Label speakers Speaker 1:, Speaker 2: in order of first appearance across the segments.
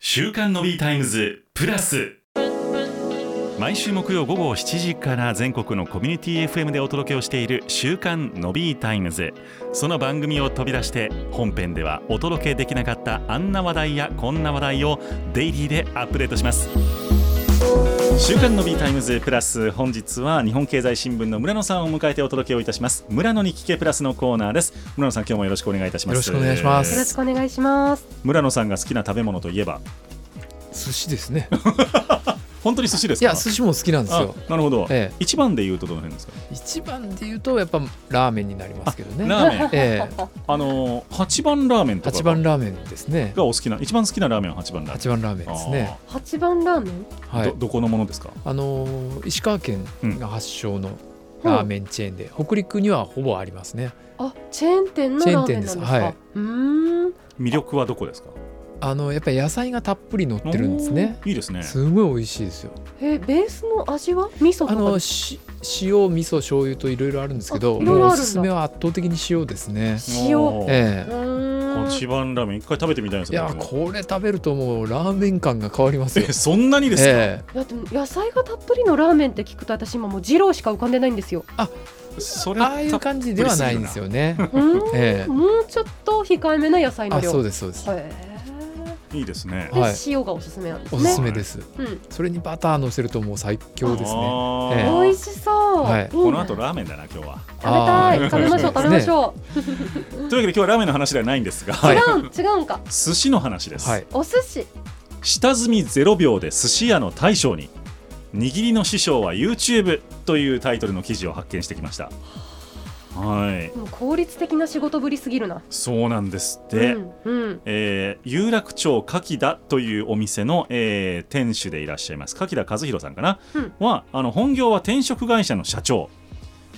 Speaker 1: 週刊のビータイムズプラス毎週木曜午後7時から全国のコミュニティ FM でお届けをしている週刊のビータイムズその番組を飛び出して本編ではお届けできなかったあんな話題やこんな話題をデイリーでアップデートします週刊のビータイムズプラス本日は日本経済新聞の村野さんを迎えてお届けをいたします村野に聞けプラスのコーナーです村野さん今日もよろしくお願いいたします
Speaker 2: よろしくお願いしま
Speaker 3: よろ
Speaker 2: す
Speaker 3: しくお願いします。
Speaker 1: 村野さんが好きな食べ物といえば
Speaker 2: 寿司ですね
Speaker 1: 本当に寿司です
Speaker 2: い
Speaker 1: か
Speaker 2: や寿司も好きなんですよ
Speaker 1: あなるほど、
Speaker 2: ええ
Speaker 1: 一番で言うとどの辺ですか
Speaker 2: 一番で言うとやっぱラーメンになりますけどね
Speaker 1: ラーメン
Speaker 2: ええ
Speaker 1: あのー八番ラーメンとか
Speaker 2: 八
Speaker 1: が
Speaker 2: 番ラーメンですね
Speaker 1: がお好きな一番好きなラーメンは八番ラーメン
Speaker 2: 八番ラーメンですね
Speaker 3: 八番ラーメン。
Speaker 1: あー
Speaker 2: はい
Speaker 1: どどこのものですか
Speaker 2: あのー石川県が発祥のラーメンチェーンで、北陸にはほぼありますね
Speaker 3: あ、チェーン店のラーメンなんですか。
Speaker 2: チェーン店ですはいう
Speaker 3: ーん。
Speaker 1: 魅力はどこですか
Speaker 2: あのやっぱり野菜がたっぷり乗ってるんですね
Speaker 1: おーいいですね
Speaker 2: すごい美味しいですよ
Speaker 3: え、ベースの味は味噌とか。
Speaker 2: あのし塩味噌醤油といろいろあるんですけど
Speaker 3: あ色
Speaker 2: もう
Speaker 3: 々あ
Speaker 2: お
Speaker 3: るんだ
Speaker 2: すすめは圧倒的に塩ですね
Speaker 3: 塩。う
Speaker 1: おー
Speaker 2: ええ
Speaker 3: ーん。
Speaker 1: 八番ラーメン一回食べてみたいです
Speaker 2: い
Speaker 1: ね
Speaker 2: や
Speaker 1: 僕も
Speaker 2: これ食べるともうラーメン感が変わりますよ
Speaker 1: えそんなにですか、
Speaker 2: え
Speaker 3: いやでも野菜がたっぷりのラーメンって聞くと私今もう二郎しか浮かんでないんです よ。
Speaker 1: そ
Speaker 2: え
Speaker 1: れ
Speaker 2: ああいう感じではないんですよね。
Speaker 3: うーん。
Speaker 2: ええ
Speaker 3: もうちょっと控えめな野菜の
Speaker 2: あ
Speaker 3: 量。
Speaker 2: そうですそうです。
Speaker 3: へ
Speaker 1: いいですね
Speaker 3: ーで
Speaker 2: はい
Speaker 3: 塩がおすすめなんです
Speaker 2: お
Speaker 3: ね。
Speaker 2: すすめです。
Speaker 3: うん。
Speaker 2: それにバター乗せるともう最強ですね。
Speaker 1: あー
Speaker 2: ええ
Speaker 3: 美味しそう。
Speaker 2: はい
Speaker 3: いいね
Speaker 1: この後ラーメンだな今日は
Speaker 3: 食べたい。
Speaker 2: あー
Speaker 3: 食べましょう。食べましょ。
Speaker 1: というわけで今日はラーメンの話ではないんですが、
Speaker 2: はいう
Speaker 3: 違う、違うんか。
Speaker 1: 寿司の話です、
Speaker 2: はい。
Speaker 3: お寿司。
Speaker 1: 下積み0秒で寿司屋の大将に握りの師匠は YouTube というタイトルの記事を発見してきましたはい
Speaker 3: もう効率的な仕事ぶりすぎるな。
Speaker 1: そうなんですって、
Speaker 3: うん。うん。
Speaker 1: えー有楽町柿田というお店の、えー店主でいらっしゃいます柿田和弘さんかな、
Speaker 3: うん
Speaker 1: はあの本業は転職会社の社長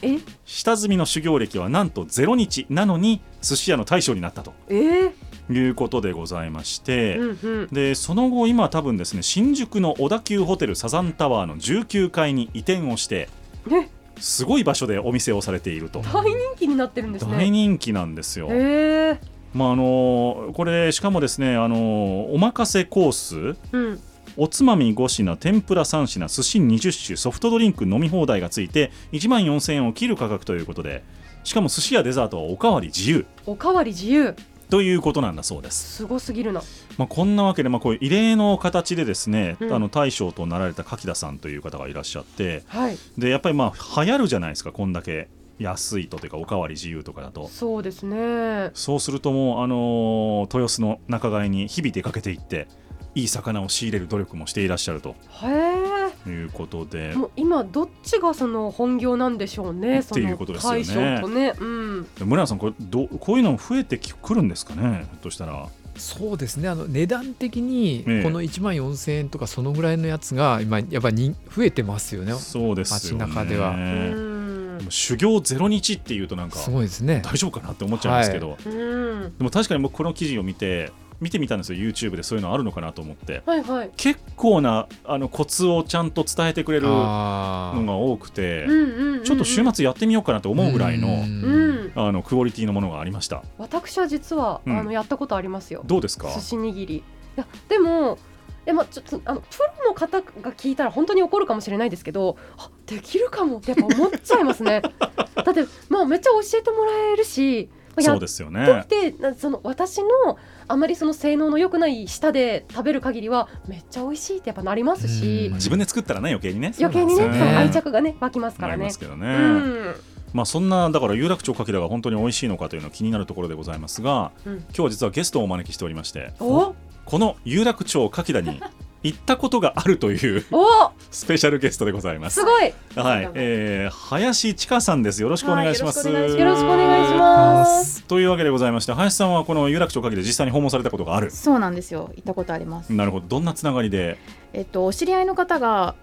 Speaker 3: え、
Speaker 1: 下積みの修行歴はなんと0日なのに寿司屋の大将になったと
Speaker 3: えー。
Speaker 1: いうことでございまして、
Speaker 3: うんうん。
Speaker 1: でその後今多分ですね新宿の小田急ホテルサザンタワーの19階に移転をして
Speaker 3: ね、
Speaker 1: すごい場所でお店をされていると
Speaker 3: 大人気になってるんですね。
Speaker 1: 大人気なんですよ、
Speaker 3: へえ、
Speaker 1: まああのこれしかもですねあのおまかせコース
Speaker 3: うん、
Speaker 1: おつまみ5品天ぷら3品寿司20種ソフトドリンク飲み放題がついて1万4000円を切る価格ということでしかも寿司やデザートはおかわり自由
Speaker 3: おかわり自由、
Speaker 1: ということなんだそうです
Speaker 3: すごすぎるな。
Speaker 1: まあ、こんなわけで、まあ、こういう異例の形でですね、
Speaker 3: うん
Speaker 1: あの大将となられた柿田さんという方がいらっしゃって
Speaker 3: はい、
Speaker 1: でやっぱりまあ流行るじゃないですかこんだけ安いとというかおかわり自由とかだと
Speaker 3: そうですね。
Speaker 1: そうするともう、あのー豊洲の仲買に日々出かけていっていい魚を仕入れる努力もしていらっしゃると
Speaker 3: へ
Speaker 1: いうことで
Speaker 3: え、もう今どっちがその本業なんでしょうね。
Speaker 1: っていうことですよね
Speaker 3: その大将とね、うん、
Speaker 1: 村野さんこれどうこういうの増えてきくるんですかねひょっとしたら
Speaker 2: そうですね。あの値段的に
Speaker 1: ええ
Speaker 2: この1万4000円とかそのぐらいのやつが今やっぱり増えてますよね。
Speaker 1: そうですよね
Speaker 2: 街中では
Speaker 1: で
Speaker 3: うん
Speaker 1: も、修行ゼロ日っていうとなんか
Speaker 2: すごいですね。
Speaker 1: 大丈夫かなって思っちゃうんですけど、
Speaker 3: うん、
Speaker 1: でも確かに僕この記事を見て見てみたんですよ YouTube でそういうのあるのかなと思って
Speaker 3: はいはい、
Speaker 1: 結構なあのコツをちゃんと伝えてくれるの
Speaker 2: あ
Speaker 1: が多くて
Speaker 3: うんうん、うん
Speaker 1: ちょっと週、末やってみようかなと思うぐらいの
Speaker 2: ん
Speaker 3: うん、
Speaker 1: あのクオリティのものがありました
Speaker 3: 私は実は、
Speaker 1: うん
Speaker 3: あのやったことありますよ。
Speaker 1: どうですか
Speaker 3: 寿司握り。いやでもえまあ、ちょっとあのプロの方が聞いたら本当に怒るかもしれないですけどあできるかもってやっぱ思っちゃいます ねだって、まあ、めっちゃ教えてもらえるしまあや
Speaker 1: そう
Speaker 3: っ
Speaker 1: ですよ
Speaker 3: と
Speaker 1: ね
Speaker 3: きて、なその私のあまりその性能の良くない舌で食べる限りはめっちゃ美味しいってやっぱなりますし
Speaker 2: うん
Speaker 1: 自分で作ったらね余計にね
Speaker 3: 余計にね
Speaker 1: そうなんです
Speaker 3: そ
Speaker 1: よね
Speaker 3: う愛着がね湧きますか
Speaker 1: な
Speaker 3: ら
Speaker 1: り
Speaker 3: ね
Speaker 1: ます。けど
Speaker 3: う
Speaker 1: ね、
Speaker 3: ん
Speaker 1: まあそんなだから有楽町かきらが本当に美味しいのかというのは気になるところでございますが、
Speaker 3: うん
Speaker 1: 今日は実はゲストをお招きしておりまして
Speaker 3: お
Speaker 1: この有楽町かきらに行ったことがあるという
Speaker 3: お
Speaker 1: スペシャルゲストでございます
Speaker 3: すごい
Speaker 1: はい、えー、林千佳さんです。よろしくお願いします。
Speaker 3: はいよろしくお願いします。
Speaker 1: す。というわけでございまして、林さんはこの有楽町かけて実際に訪問されたことがある。
Speaker 4: そうなんですよ行ったことあります、
Speaker 1: なるほど、どんなつながりで、
Speaker 4: えっと、お知り合いの方が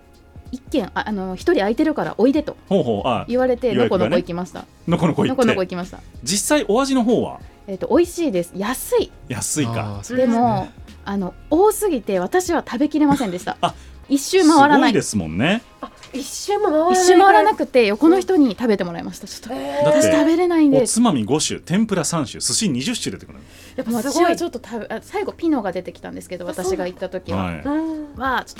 Speaker 4: 一軒ああの一人空いてるからおいでと
Speaker 1: ほうほう、あ、
Speaker 4: 言われて
Speaker 1: 予
Speaker 4: の
Speaker 1: 約
Speaker 4: こ
Speaker 1: がね
Speaker 4: のこ行きました、
Speaker 1: のこのこ行
Speaker 4: の
Speaker 1: っ
Speaker 4: このこ
Speaker 1: て、
Speaker 4: 行きました
Speaker 1: 実際お味の方は
Speaker 4: えっと美味しいです安い
Speaker 1: 安いか。
Speaker 2: あーそう
Speaker 4: で
Speaker 2: ですね
Speaker 4: も、あの多すぎて私は食べきれませんでした
Speaker 1: あ
Speaker 4: 一周回ら
Speaker 1: すご
Speaker 4: ない
Speaker 1: いですもんね。
Speaker 3: あ一周も回らない
Speaker 4: 一周回らな
Speaker 3: く
Speaker 4: くて横の人に食べてもらいましたちょっと
Speaker 3: え
Speaker 1: だっ
Speaker 3: ー、
Speaker 1: て
Speaker 4: 私食べれないん
Speaker 1: お
Speaker 4: で
Speaker 1: つまみ5種天ぷら3種寿司20種出てくる
Speaker 3: やっぱす
Speaker 4: 私
Speaker 3: ごい
Speaker 4: はちょっと食べあ最後ピノが出てきたんですけど
Speaker 3: あそう
Speaker 4: 私が行った時は、
Speaker 1: は
Speaker 4: はい
Speaker 3: うん
Speaker 4: ちょ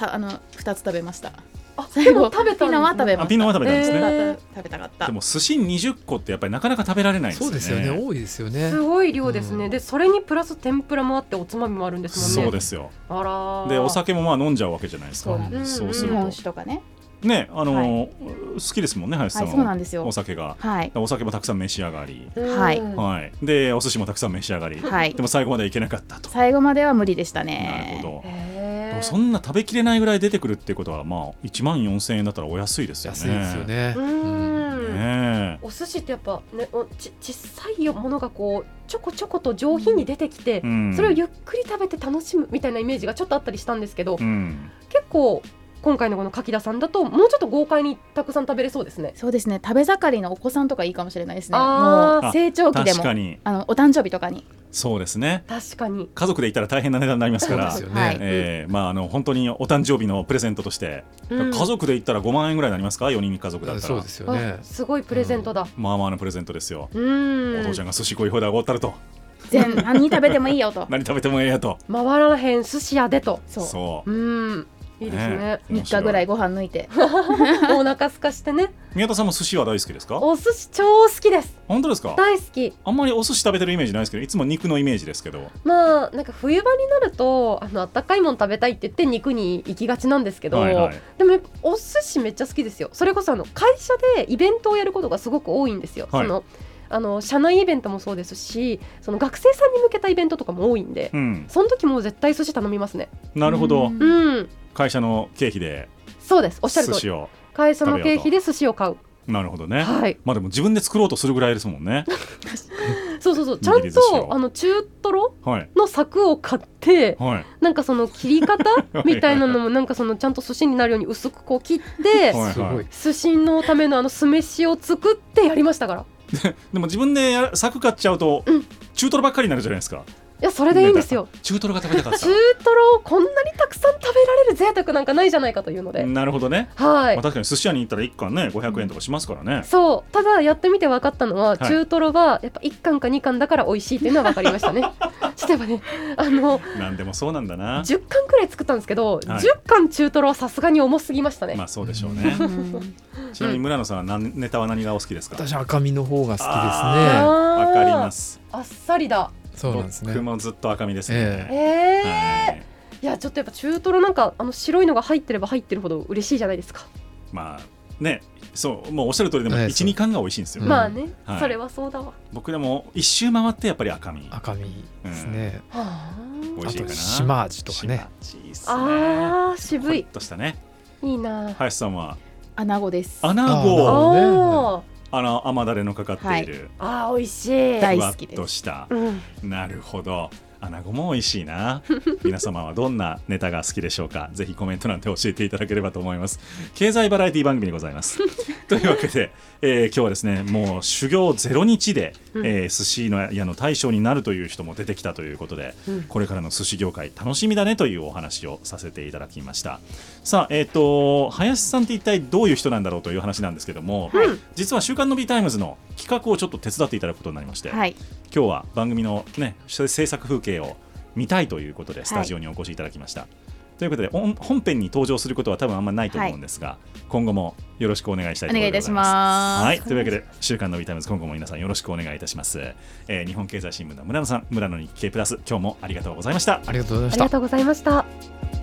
Speaker 4: っとあの2つ食べました
Speaker 3: あ
Speaker 4: 最
Speaker 3: でも
Speaker 4: 後
Speaker 3: 食べたんですね
Speaker 4: ピノは食べ
Speaker 1: あ
Speaker 4: ました
Speaker 1: ピノは食べたんですね、
Speaker 3: え
Speaker 4: 食べたかった
Speaker 1: でも寿司20個ってやっぱりなかなか食べられないです
Speaker 2: そ
Speaker 1: よ
Speaker 2: う
Speaker 1: ね
Speaker 2: ですよね多いですよね
Speaker 3: すごい量ですね、
Speaker 2: うん
Speaker 3: でそれにプラス天ぷらもあっておつまみもあるんですもん
Speaker 1: そ
Speaker 3: ね
Speaker 1: うですよ
Speaker 3: あらー
Speaker 1: でお酒もまあ飲んじゃうわけじゃないですか
Speaker 4: そうなん
Speaker 3: です
Speaker 1: そ
Speaker 3: うん
Speaker 1: うす
Speaker 4: 日
Speaker 1: る
Speaker 4: 本酒
Speaker 1: と
Speaker 4: とかね
Speaker 1: ねあのー好きですもんね林さ
Speaker 4: は
Speaker 1: ん
Speaker 4: い
Speaker 1: は
Speaker 4: そうなんですよ
Speaker 1: お酒が
Speaker 4: はい
Speaker 1: お酒もたくさん召し上がり、
Speaker 3: うん
Speaker 4: はい
Speaker 1: はい、でお寿司もたくさん召し上がり、
Speaker 4: はい
Speaker 1: でも最後までいけなかったと、
Speaker 4: 最後までは無理でした
Speaker 1: なる
Speaker 4: ね
Speaker 1: ほど、
Speaker 3: へ
Speaker 1: で
Speaker 3: ー
Speaker 1: もそんな食べきれないぐらい出てくるってことはまあ1万4000円だったらお安いですよね
Speaker 2: 安いですよね
Speaker 3: う
Speaker 2: うん
Speaker 3: ん、
Speaker 1: ねえ
Speaker 3: お寿司ってやっぱねおち小さいものがこうちょこちょこと上品に出てきて、
Speaker 1: うん
Speaker 3: それをゆっくり食べて楽しむみたいなイメージがちょっとあったりしたんですけど、
Speaker 1: うん
Speaker 3: 結構今回のこの柿田さんだともうちょっと豪快にたくさん食べれそうですね。
Speaker 4: そうですね食べ盛りのお子さんとかいいかもしれないですね
Speaker 3: あー
Speaker 4: もう成長期で
Speaker 1: 確
Speaker 4: も
Speaker 1: かに
Speaker 4: あのお誕生日とかに
Speaker 1: そうですね
Speaker 3: 確かに
Speaker 1: 家族でいたら大変な値段になりますから
Speaker 2: そうですよ
Speaker 4: は
Speaker 2: ね
Speaker 4: い
Speaker 1: えーまああの本当にお誕生日のプレゼントとして、
Speaker 3: うん
Speaker 1: 家族で言ったら5万円ぐらいになりますか4人家族だったら
Speaker 2: そうですよね
Speaker 3: あすごいプレゼントだ。
Speaker 1: まあまあのプレゼントですよ、
Speaker 3: うん
Speaker 1: お父ちゃんが寿司食い放題おごったると
Speaker 4: 全何食べてもい いよと
Speaker 1: 何食べてもええやと
Speaker 3: 回らへん寿司屋でと。
Speaker 4: そう
Speaker 1: そう
Speaker 3: うんいいですね。
Speaker 1: 面
Speaker 4: 3
Speaker 1: 白
Speaker 4: 日ぐらいご飯抜い て
Speaker 3: お腹空かしてね。
Speaker 1: 宮田さんも寿司は大好きですか
Speaker 3: お寿司超好きです。
Speaker 1: 本当ですか
Speaker 3: 大好き。
Speaker 1: あんまりお寿司食べてるイメージないですけどいつも肉のイメージですけど
Speaker 3: まあなんか冬場になるとあの温かいもの食べたいって言って肉に行きがちなんですけど、
Speaker 1: はいはい
Speaker 3: でもやっぱお寿司めっちゃ好きですよそれこそあの会社でイベントをやることがすごく多いんですよ、
Speaker 1: はい
Speaker 3: そのあの社内イベントもそうですしその学生さんに向けたイベントとかも多いんで、
Speaker 1: うん
Speaker 3: その時もう絶対寿司頼みますね
Speaker 1: なるほど、
Speaker 4: うん
Speaker 3: うん
Speaker 1: 会社の経費で
Speaker 3: そうですおっしゃる
Speaker 1: 寿
Speaker 3: 通り
Speaker 1: 司を
Speaker 3: 会社の経費で寿司を買う
Speaker 1: なるほどね、
Speaker 3: はい
Speaker 1: まあでも自分で作ろうとするぐらいですもんね
Speaker 3: そうそうそうちゃん
Speaker 1: 握り寿司を
Speaker 3: とあの中トロ
Speaker 1: はい
Speaker 3: の柵を買って、
Speaker 1: はい
Speaker 3: なんかその切 り方みたいなのもなんかそのちゃんと寿司になるように薄くこう切って
Speaker 1: はい
Speaker 2: すごい
Speaker 3: 寿司のためのあの酢飯を作ってやりましたからい
Speaker 1: でも自分でやら柵買っちゃうと、
Speaker 3: うん
Speaker 1: 中トロばっかりになるじゃないですか
Speaker 3: やそれでいいんですよ
Speaker 1: 中トロが食べたかっ
Speaker 3: 中トロをこんなにたくさん食べられる贅沢なんかないじゃないかというの
Speaker 1: た
Speaker 3: で
Speaker 1: なるほどね、
Speaker 3: は
Speaker 1: まあ、
Speaker 3: い
Speaker 1: 確かに寿司屋に行ったら1貫ね500円とかしますからね、
Speaker 3: そうただやってみて分かったのは、
Speaker 1: い
Speaker 3: 中トロはやっぱ1貫か2貫だから美味しいっていうのは分かり ましたねちょっとやっぱねあの
Speaker 1: なんでもそうなんだな
Speaker 3: 10貫くらい作ったんですけど、10貫中トロはさすがに重すぎましたね、
Speaker 1: まあそうでしょうね ちなみに村野さんは何ネタは何がお好きですか
Speaker 2: 私赤身の方が好き
Speaker 1: あ
Speaker 3: あー
Speaker 1: わかります
Speaker 3: あっさりだ
Speaker 2: ですねそうなんです
Speaker 1: 僕
Speaker 2: ね
Speaker 1: もずっと赤身です
Speaker 3: え
Speaker 1: ね、
Speaker 3: え
Speaker 1: はい
Speaker 3: いやちょっとやっぱ中トロなんかあの白いのが入ってれば入ってるほど嬉しいじゃないですか、
Speaker 1: まあねそうもうおっしゃる通りでも
Speaker 2: ええ
Speaker 1: 12、貫が美味しいんですよ、
Speaker 2: うん
Speaker 3: まあね、
Speaker 1: はい
Speaker 3: それはそうだわは
Speaker 1: 僕でも一周回ってやっぱり赤身
Speaker 2: 赤身ですね
Speaker 3: あ
Speaker 1: 美
Speaker 2: あ
Speaker 1: 味しいか
Speaker 2: と
Speaker 1: な
Speaker 2: 島味とかね
Speaker 1: 島地いいっすね
Speaker 3: あー
Speaker 1: ほ
Speaker 3: 渋
Speaker 1: っ
Speaker 3: い
Speaker 1: としたね
Speaker 3: いいなあ
Speaker 1: 林さんは
Speaker 4: アナゴです
Speaker 1: 穴子
Speaker 2: あ
Speaker 1: を
Speaker 2: ー
Speaker 3: おー
Speaker 1: あの甘だれのかかっている、
Speaker 3: あー美味しい
Speaker 4: 大
Speaker 1: ふわ
Speaker 4: 好
Speaker 1: っ
Speaker 4: きです
Speaker 1: とした
Speaker 3: うん
Speaker 1: なるほど穴子も美味しい な皆様はどんなネタが好きでしょうかぜひコメントなんて教えていただければと思います経済バラエティ番組でございます というわけで、えー今日はですねもう修行ゼロ日で、え
Speaker 3: うん
Speaker 1: ー寿司の屋の大将になるという人も出てきたということで、
Speaker 3: うん
Speaker 1: これからの寿司業界楽しみだねというお話をさせていただきましたさあえっ、と林さんって一体どういう人なんだろうという話なんですけども、
Speaker 3: うん
Speaker 1: 実は「週刊のビータイムズ」の企画をちょっと手伝っていただくことになりまして、
Speaker 4: はい
Speaker 1: 今日は番組の、ね、制作風景を見たいということで
Speaker 4: い
Speaker 1: スタジオにお越しいただきました。ということで本本編に登場することは多分あんまないと思うんですが、今後もよろしくお願いしたいと思います。
Speaker 4: お願いいたします
Speaker 1: はい、というわけで週刊のビータイムズ今後も皆さんよろしくお願いいたします。えー日本経済新聞の村野さん、村野日経プラス今日もありがとうございました。
Speaker 2: ありがとうございま
Speaker 3: あ
Speaker 2: し
Speaker 3: り
Speaker 2: た
Speaker 3: がとうございました